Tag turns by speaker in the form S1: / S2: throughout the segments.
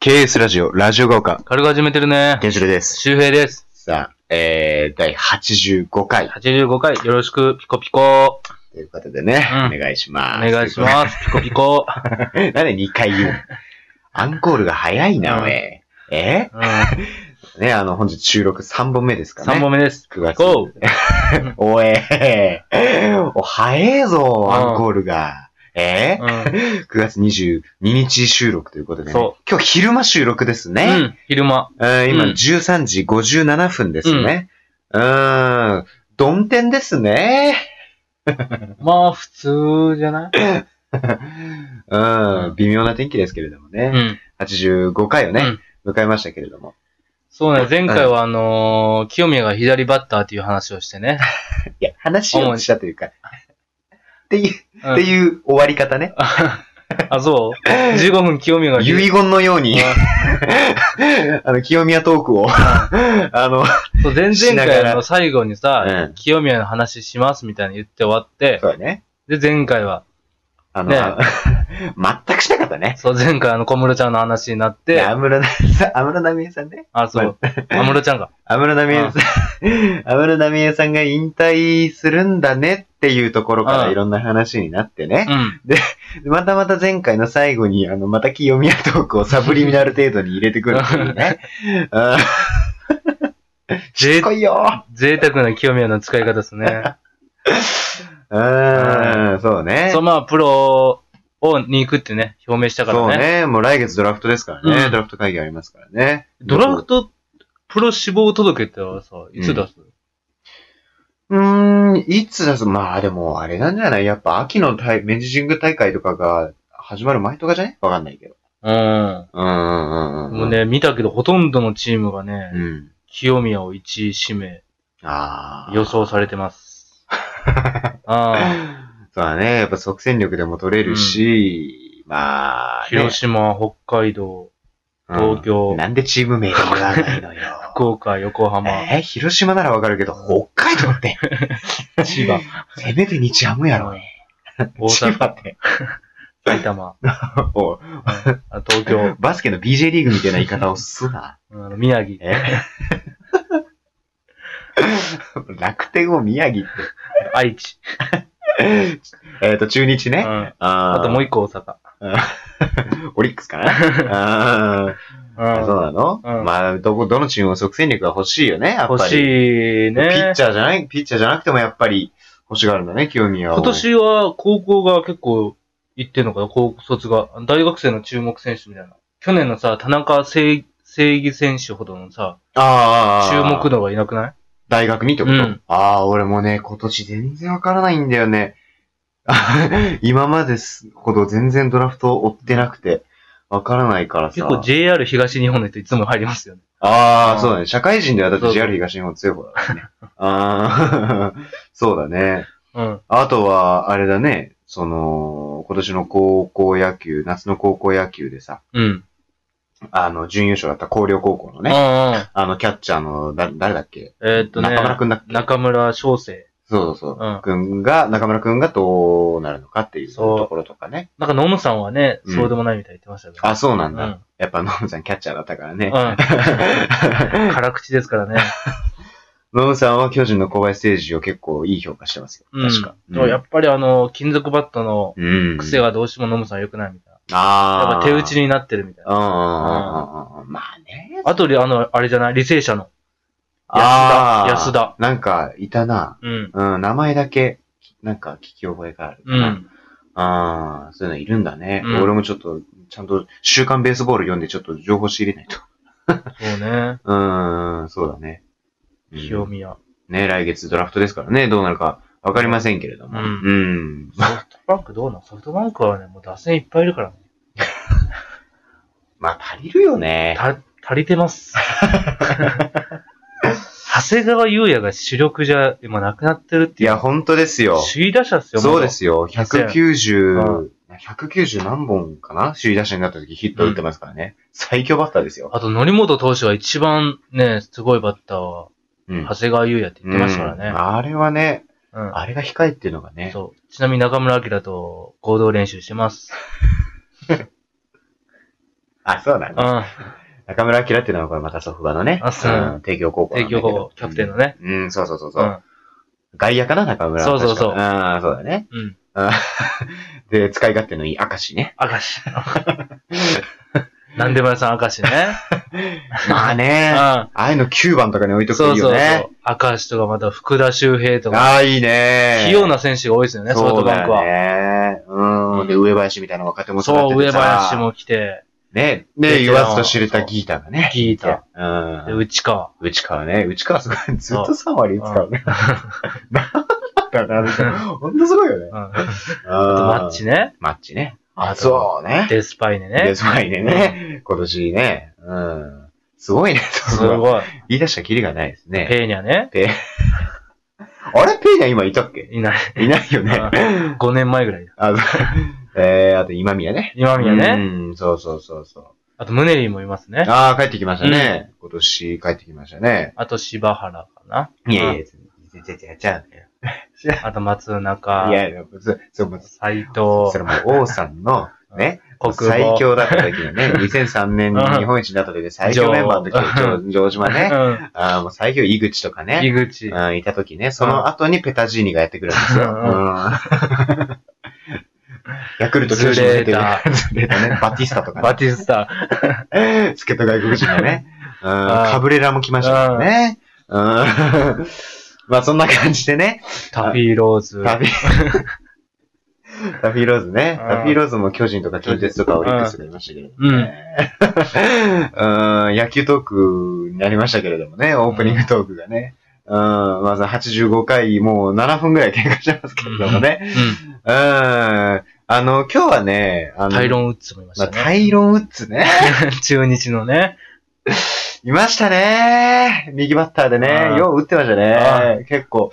S1: KS ラジオ、ラジオが丘、
S2: 軽く始めてるね。
S1: ケンシロウです。
S2: 周平です。
S1: さあ、えー、第85回
S2: 85回、よろしく、ピコピコ。
S1: ということでね、
S2: うん
S1: お願いし
S2: お
S1: ます。
S2: 願いします。ピコピコ。
S1: す。 なんで2回言うのアンコールが早いな、おい。 え
S2: うん、3
S1: ね、あの、本日収録3本目ですかね。
S2: 本目です。
S1: 9月。
S2: ゴー
S1: おえ お、早えぞ、アンコールが。え
S2: うん。
S1: ?9 月22日収録ということで、ね、
S2: そ
S1: 今日昼間収録ですね。
S2: うん、昼間。
S1: うん今
S2: うん
S1: 13時57分ですね。うーん。どん天ですね。
S2: まあ、普通じゃない
S1: うん。微妙な天気ですけれども
S2: う
S1: ね。
S2: ん。
S1: 85回をね、迎えましたけれども。
S2: そうね、前回はあのー、清宮が左バッターっていう話をしてね。
S1: いや、話をしたというか。っていう、
S2: うん
S1: っていう終わり方ね。
S2: あ、そう15分清宮が
S1: 遺
S2: 左。
S1: 言のように、
S2: あ
S1: あの、清宮トークを、 あの、
S2: そう前
S1: し
S2: 々
S1: なが
S2: 回
S1: ら
S2: の最後にさ、
S1: うん
S2: 清宮の話しますみたいに言って終わって、
S1: そうだね。
S2: で、前回は、
S1: あの、
S2: ね
S1: 全くしなかったね。
S2: そう、前回あの小室ちゃんの話になって、
S1: 安室奈美恵さん、安室奈美恵さんね。
S2: あ、そう。安室ちゃんが。
S1: 安室奈美恵さん、 安室奈美恵さんが引退するんだねっていうところか
S2: う
S1: ら
S2: ん
S1: いろんな話になって
S2: う
S1: ね。
S2: ん。
S1: またまた前回の最後に、あの、また清宮トークをサブリミナル程度に入れてくるっていう ね。うん
S2: ぜ
S1: 来いよ
S2: 贅沢な清宮の使い方ですね。
S1: うーん、そう ね。
S2: そう、まあ、プロを、に行くってね、表明したから
S1: そう
S2: ね。
S1: ね。もう来月ドラフトですから
S2: う
S1: ね。
S2: ん
S1: ドラフト会議ありますからね。
S2: ドラフト、プロ志望届けってはさ、いつ出す、
S1: うーん、いつだすまあでも、あれなんじゃないやっぱ秋の大明治神宮大会とかが始まる前とかじゃねわかんないけど。
S2: うん、
S1: うんうんうんうん。
S2: もう。ね、見たけど、ほとんどのチームがね、
S1: うん。
S2: 清宮を1位指名、
S1: ああ。
S2: 予想されてます。 あ
S1: そうだね。やっぱ即戦力でも取れるし、ま
S2: あ、
S1: あ、ね、
S2: 広島、北海道、東京
S1: うんなんでチーム名が言わないの よ。
S2: 福岡、横浜、
S1: えー、広島ならわかるけど、北海道って、
S2: 千葉、
S1: せめて日ハムやろ。
S2: 大
S1: 千葉
S2: 阪、
S1: って。
S2: 埼玉、
S1: おう
S2: あ東京、
S1: バスケの BJ リーグみたいな言い方をすな。
S2: あの宮城、
S1: え楽天を宮城って。
S2: 愛知、
S1: えっと、中日
S2: う
S1: ね。
S2: ん、
S1: あ
S2: あともう
S1: う
S2: 一個大阪。
S1: オリックスかな。 うんあそうなの、
S2: うん
S1: まあ、どこ、どのチームも即戦力が欲しいよね、やっぱり。
S2: 欲しい
S1: ピッ
S2: ね。
S1: チャーじゃない、ピッチャーじゃなくてもやっぱり欲しがるんだね、清宮は。
S2: 今年は高校が結構行ってんのかな、高卒が。大学生の注目選手みたいな。去年のさ、田中正正義選手ほどのさ、
S1: ああ、
S2: 注目度がいなくない
S1: 大学にってこと、
S2: うん
S1: ああ、俺もね、今年全然わからないんだよね。 今まですほど全然ドラフトを追ってなくて、わからないからさ。
S2: 結構 JR 東日本の人いつも入りますよね。
S1: あ
S2: う
S1: あ、
S2: ん
S1: そうだね。社会人ではだっ
S2: そう
S1: て
S2: そう
S1: JR 東日本強い方だからね。ああ、 そうだね。
S2: うん。
S1: あとは、あれだね、その、今年の高校野球、夏の高校野球でさ、
S2: うん。
S1: あの、準優勝だった広陵高校の
S2: うんう
S1: ね、
S2: ん。
S1: あの、キャッチャーの、だ、誰だっけ
S2: えーっとね、
S1: 中村くんだっけ
S2: 中村翔成。
S1: そうそうそう。
S2: うん
S1: くんが、中村くんがどうなるのかっていう
S2: そう
S1: ところとかね。
S2: なんか野ムさんはね、
S1: うん
S2: そうでもないみたいに言ってましたけど。
S1: あ、そうなんだ。
S2: うん
S1: やっぱ、ノムさんキャッチャーだったからね。
S2: うん。辛口ですからね。
S1: ノムさんは巨人の小林誠司を結構いい評価してますよ。
S2: うん
S1: 確か。
S2: でもやっぱりあの、金属バットの
S1: うん。
S2: 癖がどうしても野ムさんは良くないみたいな。
S1: ああ。
S2: やっぱ手打ちになってるみたいな
S1: うん。。うんうんうんうんまあね。
S2: あとで、あの、あれじゃない履正社の。
S1: あー
S2: 安田。
S1: なんか、いたな。
S2: うん。
S1: うん、名前だけ、なんか聞き覚えがある。
S2: うん。
S1: ああ、そういうのいるんだね。
S2: うん
S1: 俺もちょっと、ちゃんと、週刊ベースボール読んで、ちょっと情報仕入れないと。
S2: そうね。
S1: うーん、そうだね。うん
S2: 清宮。
S1: ね、来月ドラフトですからね、どうなるかわかりませんけれども。
S2: う
S1: うんん。
S2: ソフトバンクどうなのソフトバンクはね、もう打線いっぱいいるからね。
S1: まあ、足りるよね。
S2: た、足り てます。長谷川優也が主力じゃ、今なくなってるって
S1: い
S2: いう。
S1: や、本当ですよ。
S2: 首位打者っすよ、
S1: そうで
S2: よ。
S1: すよ。
S2: う
S1: 190、190何本かな首位打者になった時ヒット打ってますからね。最強バッターですよ。
S2: あと、則本投手が一番ね、すごいバッターは、
S1: うん
S2: 長谷川優也って言ってましたから
S1: う
S2: ね。
S1: んあれはね、
S2: うん。
S1: あれが控えっていうのがね。
S2: そう。ち なみに中村晃と合同練習してます。
S1: あ、そうなんだ。
S2: うん。
S1: 中村明っていうのはこれまた祖父母のね。
S2: あそう
S1: うん帝京高校なんだ
S2: 帝
S1: けど。
S2: 京高校、キャプテンのね。
S1: うん。うん、そうそうそう。
S2: う。
S1: そうん外野かな中村は確か
S2: そうそうそう
S1: ああ、そうだね。
S2: うん。
S1: あー で、使い勝手のいい明石ね。
S2: 明石。なんでも屋さん明 石ね。
S1: まあ
S2: う
S1: ね。 あ
S2: ん。
S1: あいうの9番とかに置いとくと
S2: そ
S1: いうい
S2: そ
S1: よ
S2: う
S1: ね。
S2: そう。明石とかまた福田周平とか、
S1: ああ、いいね。
S2: 器用な選手が多いですよね、ソフ
S1: そ
S2: ト
S1: う
S2: バン
S1: だ
S2: クは。
S1: ね。うん。で、上林みたいな若手も育
S2: そう、
S1: てて
S2: 上
S1: さ
S2: 林。も来て、
S1: ね。
S2: ベ
S1: で、
S2: テ
S1: 言
S2: ラン
S1: わずと知れたギータがね。
S2: ギータ。
S1: う
S2: で、
S1: ん。
S2: 内川。
S1: 内川ね。内川すごい。ずっと3割打つからね。なんだったんだほんとすごいよね。
S2: うん。あとマ
S1: マ
S2: ッチ。ね。
S1: マッチね。
S2: あ
S1: あ、
S2: と
S1: そうね。
S2: デスパイネ
S1: デ
S2: ね。
S1: スパイネね。今年ね。うん。すごいね。
S2: す
S1: それは
S2: ごい。
S1: 言い出したきりがないですね。
S2: ペーニャね。
S1: あれペイニャ今いたっけ
S2: いない。
S1: いないよね。
S2: 5年前ぐらいだ。
S1: あ の、えー、あと今宮ね。
S2: 今宮ね。
S1: うん、そうそうそうそう。
S2: あとムネリーもいますね。
S1: ああ、帰ってきましたね。今年帰ってきましたね。
S2: あと柴原かな。
S1: いやいや、全然違う。ちゃ
S2: あと松
S1: う。い
S2: 中、
S1: やいや、そそうもう
S2: 斎藤、
S1: それも王さん の、ね、
S2: 国保。
S1: 最強だった時の ね、2003年に日本一になった時で最強メンバーの時の城城島ね、
S2: う
S1: あーもう最強井口とか
S2: ん。
S1: ね、
S2: 井口。
S1: うんいた時ね、その後にペタジーニがやってくるんですよ。
S2: う
S1: うんヤクルト巨人が出て
S2: ズレー
S1: る。ズレータね、バティスタとかね
S2: バティスタ。
S1: 助っ人外国人がね。うん、
S2: あー
S1: カブレラも来ましたからね。うん。 まあそんな感じでね。
S2: タフィーローズ。
S1: タフィ、タフィーローズね。
S2: うん
S1: タフィーローズも巨人とか近鉄とかオリックスがいましたけれど もね。うん。野球トークになりましたけれどもね、オープニングトークがね。うん、まず85回、もう7分ぐらい経過してますけれどもね。
S2: う
S1: うん。あの、今日はね、あ
S2: ん。
S1: の、
S2: タイロン・ウッズもいまし
S1: ま
S2: た
S1: あ、
S2: ね。
S1: タイロンウッズね。
S2: 中日のね。
S1: いましたね。右バッターで
S2: う
S1: ね。
S2: ん
S1: よう打ってました
S2: は
S1: ね。結構。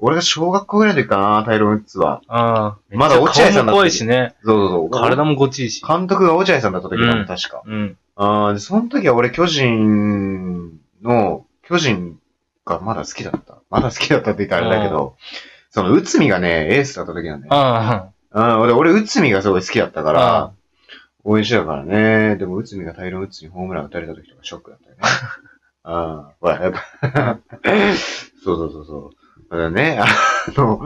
S1: 俺が小学校ぐらいの時かな、タイロン・ウッズは。
S2: うん。
S1: まだ落合さんだった
S2: 顔も濃いしね。
S1: そうそうそう。
S2: 体もごちいし。
S1: 監督が落合さんだった時だも
S2: うん
S1: ん、確か。
S2: うん。
S1: あーでその時は俺、巨人の、巨人がまだ好きだった。まだ好きだったって言ったらあれだけど、その、内海がね、エースだった時なんだよ。
S2: あ
S1: うん、俺、俺、内海がすごい好きだったか
S2: う
S1: ら、応援してたからね。でも、内海が大量内海にホームラン打たれた時とかショックだ ったよね。ああ、ほら、やっぱ。 そうそうそうそう。だからね、あの、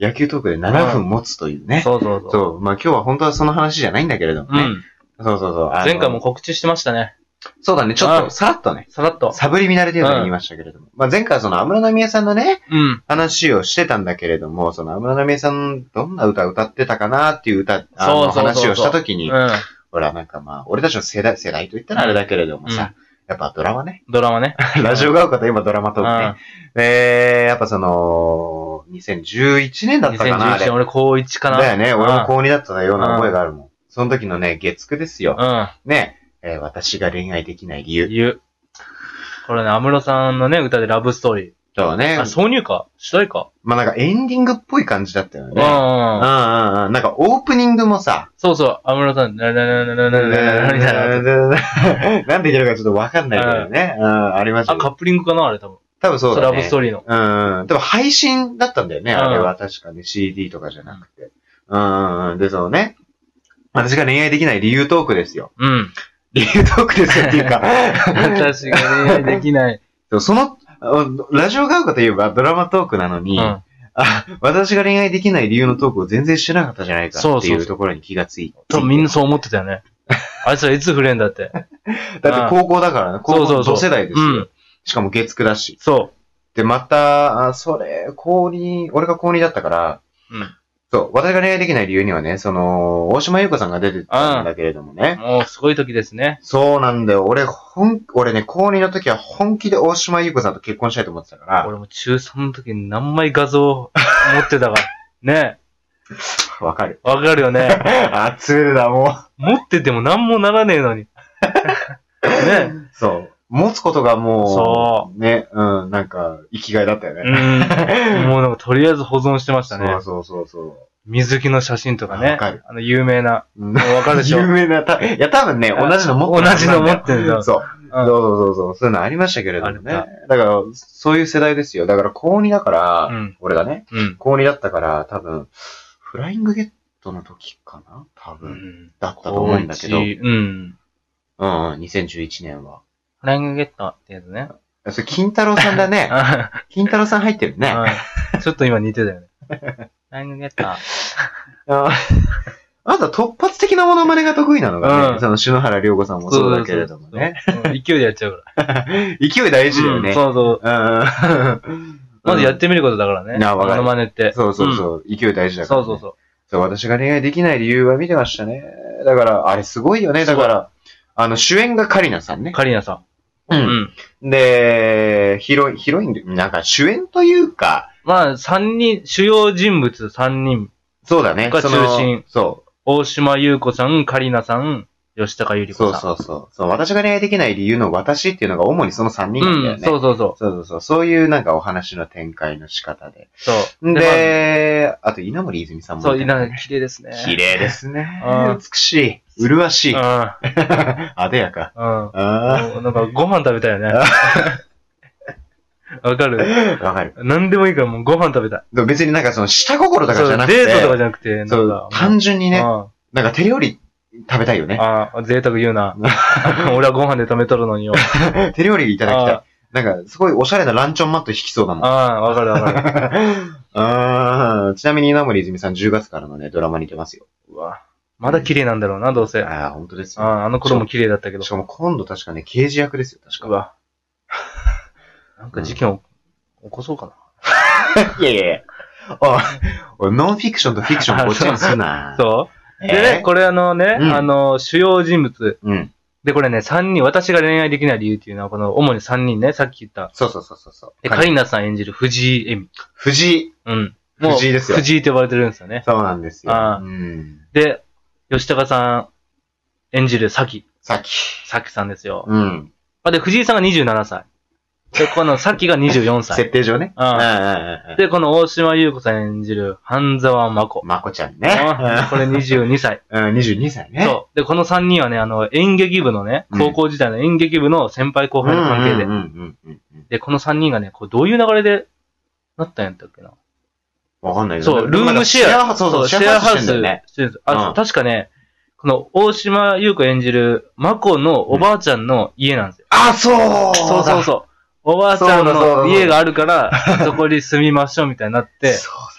S1: 野球トークで7分持つという
S2: あ。
S1: ね。
S2: そうそうそう。
S1: そう、まあ今日は本当はその話じゃないんだけれども
S2: う
S1: ね。
S2: ん。
S1: そうそうそう。あの
S2: 前回も。告知してましたね。
S1: そうだね、ちょっ
S2: うん
S1: と、さらっとね。
S2: さらっと。
S1: サブリミナル程度に
S2: うん
S1: 言いましたけれども。まあ前回はその安室奈美恵さんのね、
S2: うん。
S1: 話をしてたんだけれども、その安室奈美恵さん、どんな歌歌ってたかなっていう歌、あの
S2: そうそうそうそう
S1: 話をしたとき
S2: う
S1: に、
S2: ん。
S1: ほら、なんかまあ、俺たちの世代、世代と言ったらあれだけれどもさ、やっぱドラマね。
S2: ドラマね。
S1: ラジオが丘と今ドラマト
S2: うん。
S1: ークね。えー、やっぱその、2011年だったかな、あ
S2: 2011
S1: れ
S2: 年。俺高1かな。
S1: だよね、俺も高2だったような覚え
S2: うん
S1: があるもん。その時のね、月9ですよ。
S2: うん。
S1: ね、えー私が恋愛できない理由。
S2: 言う。これね、安室さんのね、歌でラブストーリ
S1: そうね
S2: ー。あ、、挿入歌主題歌
S1: まあなんかエンディングっぽい感じだったよ
S2: う
S1: ね。うんうん
S2: ん。
S1: うん。なんかオープニングもさ、
S2: そうそう、安室さん、ラララララララララみたいな。
S1: なんでいけるかちょっとわかんないけどね。うん、ありました
S2: あ、
S1: け
S2: カ
S1: ど。
S2: ップリングかなあれ多分。
S1: 多分そう
S2: ラ
S1: だ
S2: ブ
S1: ね
S2: ス。トーリーの。
S1: うんうん。でも配信だったんだよね、
S2: うん
S1: あれは確かね。CD とかじゃなくて。うんうんうん。で、そのね、私が恋愛できない理由トークですよ。
S2: うん。
S1: 理由トークですよって いうか、
S2: 私が恋愛できない。
S1: でもその、あラジオが合うかといえばドラマトークなの
S2: う
S1: に、
S2: ん。
S1: あ、私が恋愛できない理由のトークを全然してなかったじゃないか
S2: そう
S1: って
S2: そう
S1: い
S2: そう
S1: うところに気がついて。
S2: 多分みんなそう思ってたよね。あいつらいつ触れんだって。
S1: だって高校だからね、
S2: そ
S1: 高
S2: うそ
S1: 校
S2: うそう
S1: 同世代です
S2: う
S1: よ。
S2: ん。
S1: しかも月9だし。
S2: そ
S1: で、また、あそれ、高2、俺が高2だったから、
S2: う。うん。
S1: そう、私が恋愛できない理由にはね、その、大島優子さんが出てたんだけれどもね。
S2: もうすごい時ですね。
S1: そうなんだよ。俺、本俺ね、高2の時は本気で大島優子さんと結婚したいと思ってたから、
S2: 俺も中3の時に何枚画像持ってたか。ね
S1: わかる。
S2: わかるよね。
S1: あ、つるだ、もう。
S2: 持ってても何もならねえのに。ね。
S1: そう。持つことがもう、
S2: そ
S1: ね、うん、なんか、生きがいだったよ
S2: う
S1: ね。
S2: ん。もうなんかとりあえず保存してましたね。
S1: そうそうそ
S2: 水木の写真とかね。
S1: わかる
S2: あの、有名な。
S1: う。うん
S2: わかるでしょ
S1: 有名な、たいや、多分ね、
S2: あ
S1: 同じの持ってる
S2: 同じの持ってるんだ
S1: そう。そうそうそうそう。そういうのありましたけれどもね。
S2: あ
S1: だから、そういう世代ですよ。だから、高2だから、
S2: うん。
S1: 俺がね、
S2: うん。
S1: 高2だったから、多分、フライングゲットの時かな多
S2: う
S1: 分、
S2: ん。
S1: だったと思うんだけど。
S2: うん。
S1: うんうん、2011年は。
S2: フライングゲットってやつ ね。
S1: あそれ、金太郎さんだ ね。
S2: あ
S1: 金太郎さん入ってるね。あ
S2: あちょっと今似てたよね。フライングゲット。
S1: ーあなた突発的なモノマネが得意なのがね、
S2: うん
S1: その篠原涼子さんもそうだけれどもね。
S2: そうそうそう。うん勢いでやっちゃうから。
S1: 勢い大事だよね。
S2: うんそうそう。
S1: うん
S2: まずやってみることだからね。
S1: なあわかる
S2: モノマネって。
S1: そうそう
S2: うん。
S1: そう、勢い大事だか
S2: そ
S1: ら、
S2: うそう
S1: う。
S2: そ
S1: そう、私が恋愛できない理由は見てましたね。だから、あれすごいよね。だから、あの、主演がカリナさん
S2: う。
S1: ね。
S2: カリナさ。
S1: うん
S2: うん。
S1: ん。で、ヒロイン、ヒロインで、なんか主演というか、
S2: まあ、三人、主要人物三人。
S1: そうだね。
S2: が
S1: その
S2: 中心。
S1: そ
S2: 大島優子さん、カリナさん、吉高由
S1: う。
S2: 里
S1: そう
S2: 子さん。
S1: そうそうそう。私が恋愛できない理由の私っていうのが主にその3人なんだよ
S2: ん、
S1: ね。
S2: そうそうそう。
S1: そうそうそう。そういうなんかお話の展開の仕方で。
S2: そう。
S1: で、あと稲森泉さん
S2: まあ
S1: も。
S2: そう、なんか綺麗ですね。
S1: 綺麗ですね
S2: うん。
S1: 美しい。麗し い。
S2: う
S1: 艶やか。
S2: ん。うん。
S1: あ
S2: もうなんかご飯食べたよね。 わかる
S1: あ。 わかる。
S2: 何でもいいからもうご飯食べたい。
S1: でも別になんかその下心とかじゃなくて。
S2: そうデートとかじゃなくて、なんか
S1: そう、
S2: も
S1: 単純に
S2: う
S1: ね、
S2: ん
S1: なんか手料理食べたいよね。
S2: ああ、贅沢言う な。俺はご飯で止めとるのによ。
S1: 手料理いただき
S2: あ
S1: たい。なんかすごいおしゃれなランチョンマット引きそうだもん。
S2: ああ、わかるわかる。
S1: あーちなみに稲森泉さん10月からのね、ドラマに出ますよ。
S2: うわまだ綺麗なんだろうな、どうせ。あ
S1: ああ、本当ですよ。
S2: あ、あの頃も綺麗だったけど
S1: し。かも今度確かね、刑事役ですよ、確
S2: う
S1: か。
S2: わ。なんか事件を起こそうか
S1: いやいやいやおいおいノンフィクションとフィクションごっちゃにすな
S2: な。。そう
S1: え
S2: でね、これあのね、
S1: うん
S2: あの、主要人物。
S1: うん。
S2: で、これね、3人、私が恋愛できない理由っていうのは、この、主に3人ね、さっき言った。
S1: そうそうそうそうそう。
S2: で、カリナさん演じる藤井恵美。
S1: 藤井。
S2: うん。もう
S1: 藤井ですよ。
S2: 藤井って呼ばれてるんですよね。
S1: そうなんですよ。
S2: ああ
S1: うん。
S2: で、吉高さん演じるさき、
S1: さっき。
S2: さきさんですよ。
S1: うん。
S2: あで、藤井さんが27歳。で、このさきが24歳。
S1: 設定上ね。
S2: うん
S1: うんうんうん。
S2: で、この大島優子さん演じる半沢真子。
S1: まこちゃんね。
S2: あこれ22歳。
S1: うん、22歳ね。
S2: そう。で、この3人はね、あの、演劇部のね、高校時代の演劇部の先輩後
S1: うんう
S2: 輩
S1: ん
S2: の
S1: うん
S2: 関係で
S1: う。んうんうん
S2: で、この3人がね、こうどういう流れでなったんやったっけな。
S1: わかんないけど
S2: そう、ルームシェア。
S1: そうそう、シェアハウスしてんだよね。
S2: シェアハウスしてるんですあ、そう
S1: うん
S2: 確かね、この大島優子演じるマコのおばあちゃんの家なんですよ。
S1: あ、そう
S2: そうそう
S1: う。
S2: そう。おばあちゃん
S1: そうだそうだそう
S2: の
S1: だ
S2: 家があるから、そこに住みましょうみたいになって、
S1: そう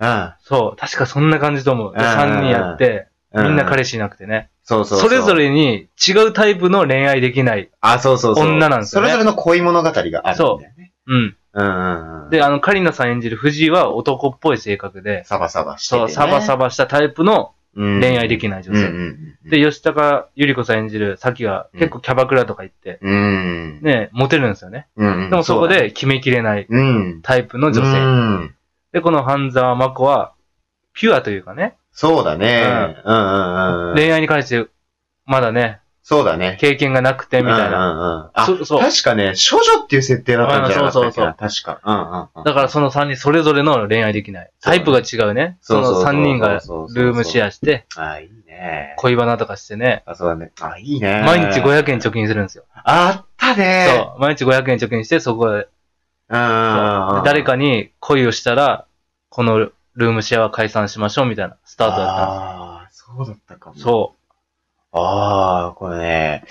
S1: だっ
S2: そう、確かそんな感じと思う。で、
S1: うん
S2: 3人やって、
S1: た。うん。
S2: みんな
S1: れ、
S2: 彼氏いなくてね。
S1: そうそう
S2: そうれぞ、れに違うタイプの恋愛できない。
S1: あ、そうそうそう。
S2: 女なんですよね
S1: それぞれの恋物語があるんだよね。
S2: うん。
S1: うんうんうん。
S2: で、あの、カリナさん演じる藤井は男っぽい性格で、
S1: サバサバしてて
S2: そ
S1: ね。
S2: う、サバサバしたタイプの恋
S1: 恋
S2: 愛で
S1: る
S2: きない女
S1: うんうん
S2: 性。
S1: うん。
S2: で、吉高由里子さん演じるさきは結構キャバクラとか行って、
S1: うん。
S2: ね、モテるんですよね。
S1: うんうん。
S2: でもそこ
S1: うだね、
S2: で決めきれない
S1: うん。
S2: タイプの女
S1: う
S2: 性。
S1: ん。
S2: で、この半沢真子は、ピュアというかね、
S1: そうだね。うんうんうんうん。
S2: 恋愛に関して、まだね、
S1: そうだね。
S2: 経験がなくて、みたいな。
S1: うんうんうん。あ、
S2: そうそう
S1: 確かね、処女っていう設定だったんじゃなかったっけ
S2: あ
S1: な確か。うんうんうん。
S2: だからその3人それぞれの恋愛できない。タイプが違うね。そ
S1: そうそう
S2: の
S1: そう
S2: 3人がルームシェアして、
S1: あ、いいね。
S2: 恋バナとかしてね、
S1: あ、そうだね。あ、いいね。
S2: 毎日500円貯金するんですよ。
S1: あったね。
S2: そう。毎日500円貯金して、そこで、
S1: うんうんう
S2: で
S1: ん。
S2: 誰かに恋をしたら、このルームシェアは解散しましょうみたいなスタートだったんで
S1: ああ、そうだったかも。
S2: す。そ
S1: ああ、これね、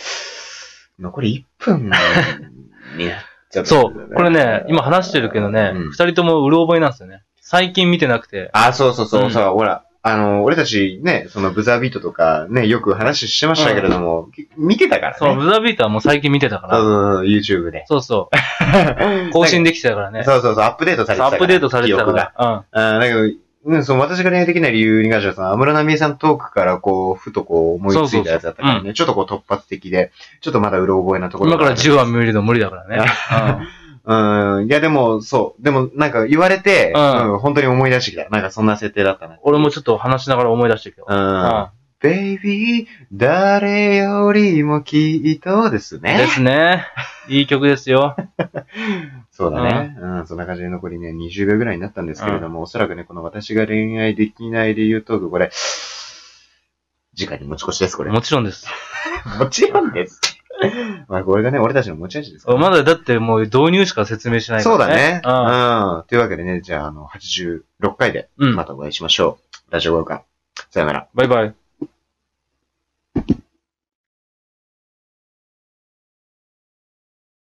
S1: 残り1分になっちゃった、
S2: う。そう。これね、今話してるけどね、二、
S1: うん
S2: 人ともうろ覚えなんですよね。最近見てなくて。
S1: あ、そうそうそう、
S2: うん
S1: さあ、ほら、あの、俺たちね、そのブザービートとかね、よく話してましたけれども、き見てたからね。
S2: そう、ブザービートはもう最近見てたか
S1: そう
S2: ら。
S1: そうそう YouTube で。
S2: そうそ う。更新できてたからね。
S1: そうそうそう、アップデートされてた
S2: ア
S1: から。
S2: ップデートされてた
S1: 記憶
S2: か
S1: が
S2: ら。
S1: あーだけど、うん、その私が恋愛できない理由に関しては、その安室奈美恵さんトークからこう、ふとこう思いついたやつだったからね、
S2: そうそうそう
S1: ちょっとこう突発的で、ちょっとまだうろ覚えなと
S2: う
S1: こ
S2: ん。
S1: ろ
S2: 今
S1: が
S2: か
S1: あ
S2: ら
S1: る
S2: 10話見るの無理だからね。
S1: うん、いやでも、そう。でもなんか言われて、
S2: うん
S1: うん本当に思い出してきた。なんかそんな設定だったな。
S2: 俺もちょっと話しながら思い出してるけど。
S1: うん。
S2: う
S1: ベイビー、誰よりもきっとです
S2: んで
S1: ね。
S2: すね。いい曲ですよ。
S1: そうだね。うん、そんな感じで残りね、20秒ぐらいになったんですけれども、おそらくね、この私が恋愛できない理由トーク、これ、次回に持ち越しです、これ。
S2: もちろんです。
S1: もちろん です。まあ、これがね、俺たちの持ち味ですから、
S2: まだだってもう導入しか説明しないか
S1: そう
S2: ら
S1: だ
S2: ね。
S1: ね。うん。というわけでね、じゃあ、あの、86回で
S2: うん。う
S1: ま
S2: ん。
S1: たお会いしましょう。ラジオウォーカー。さよなら。
S2: バイバイ。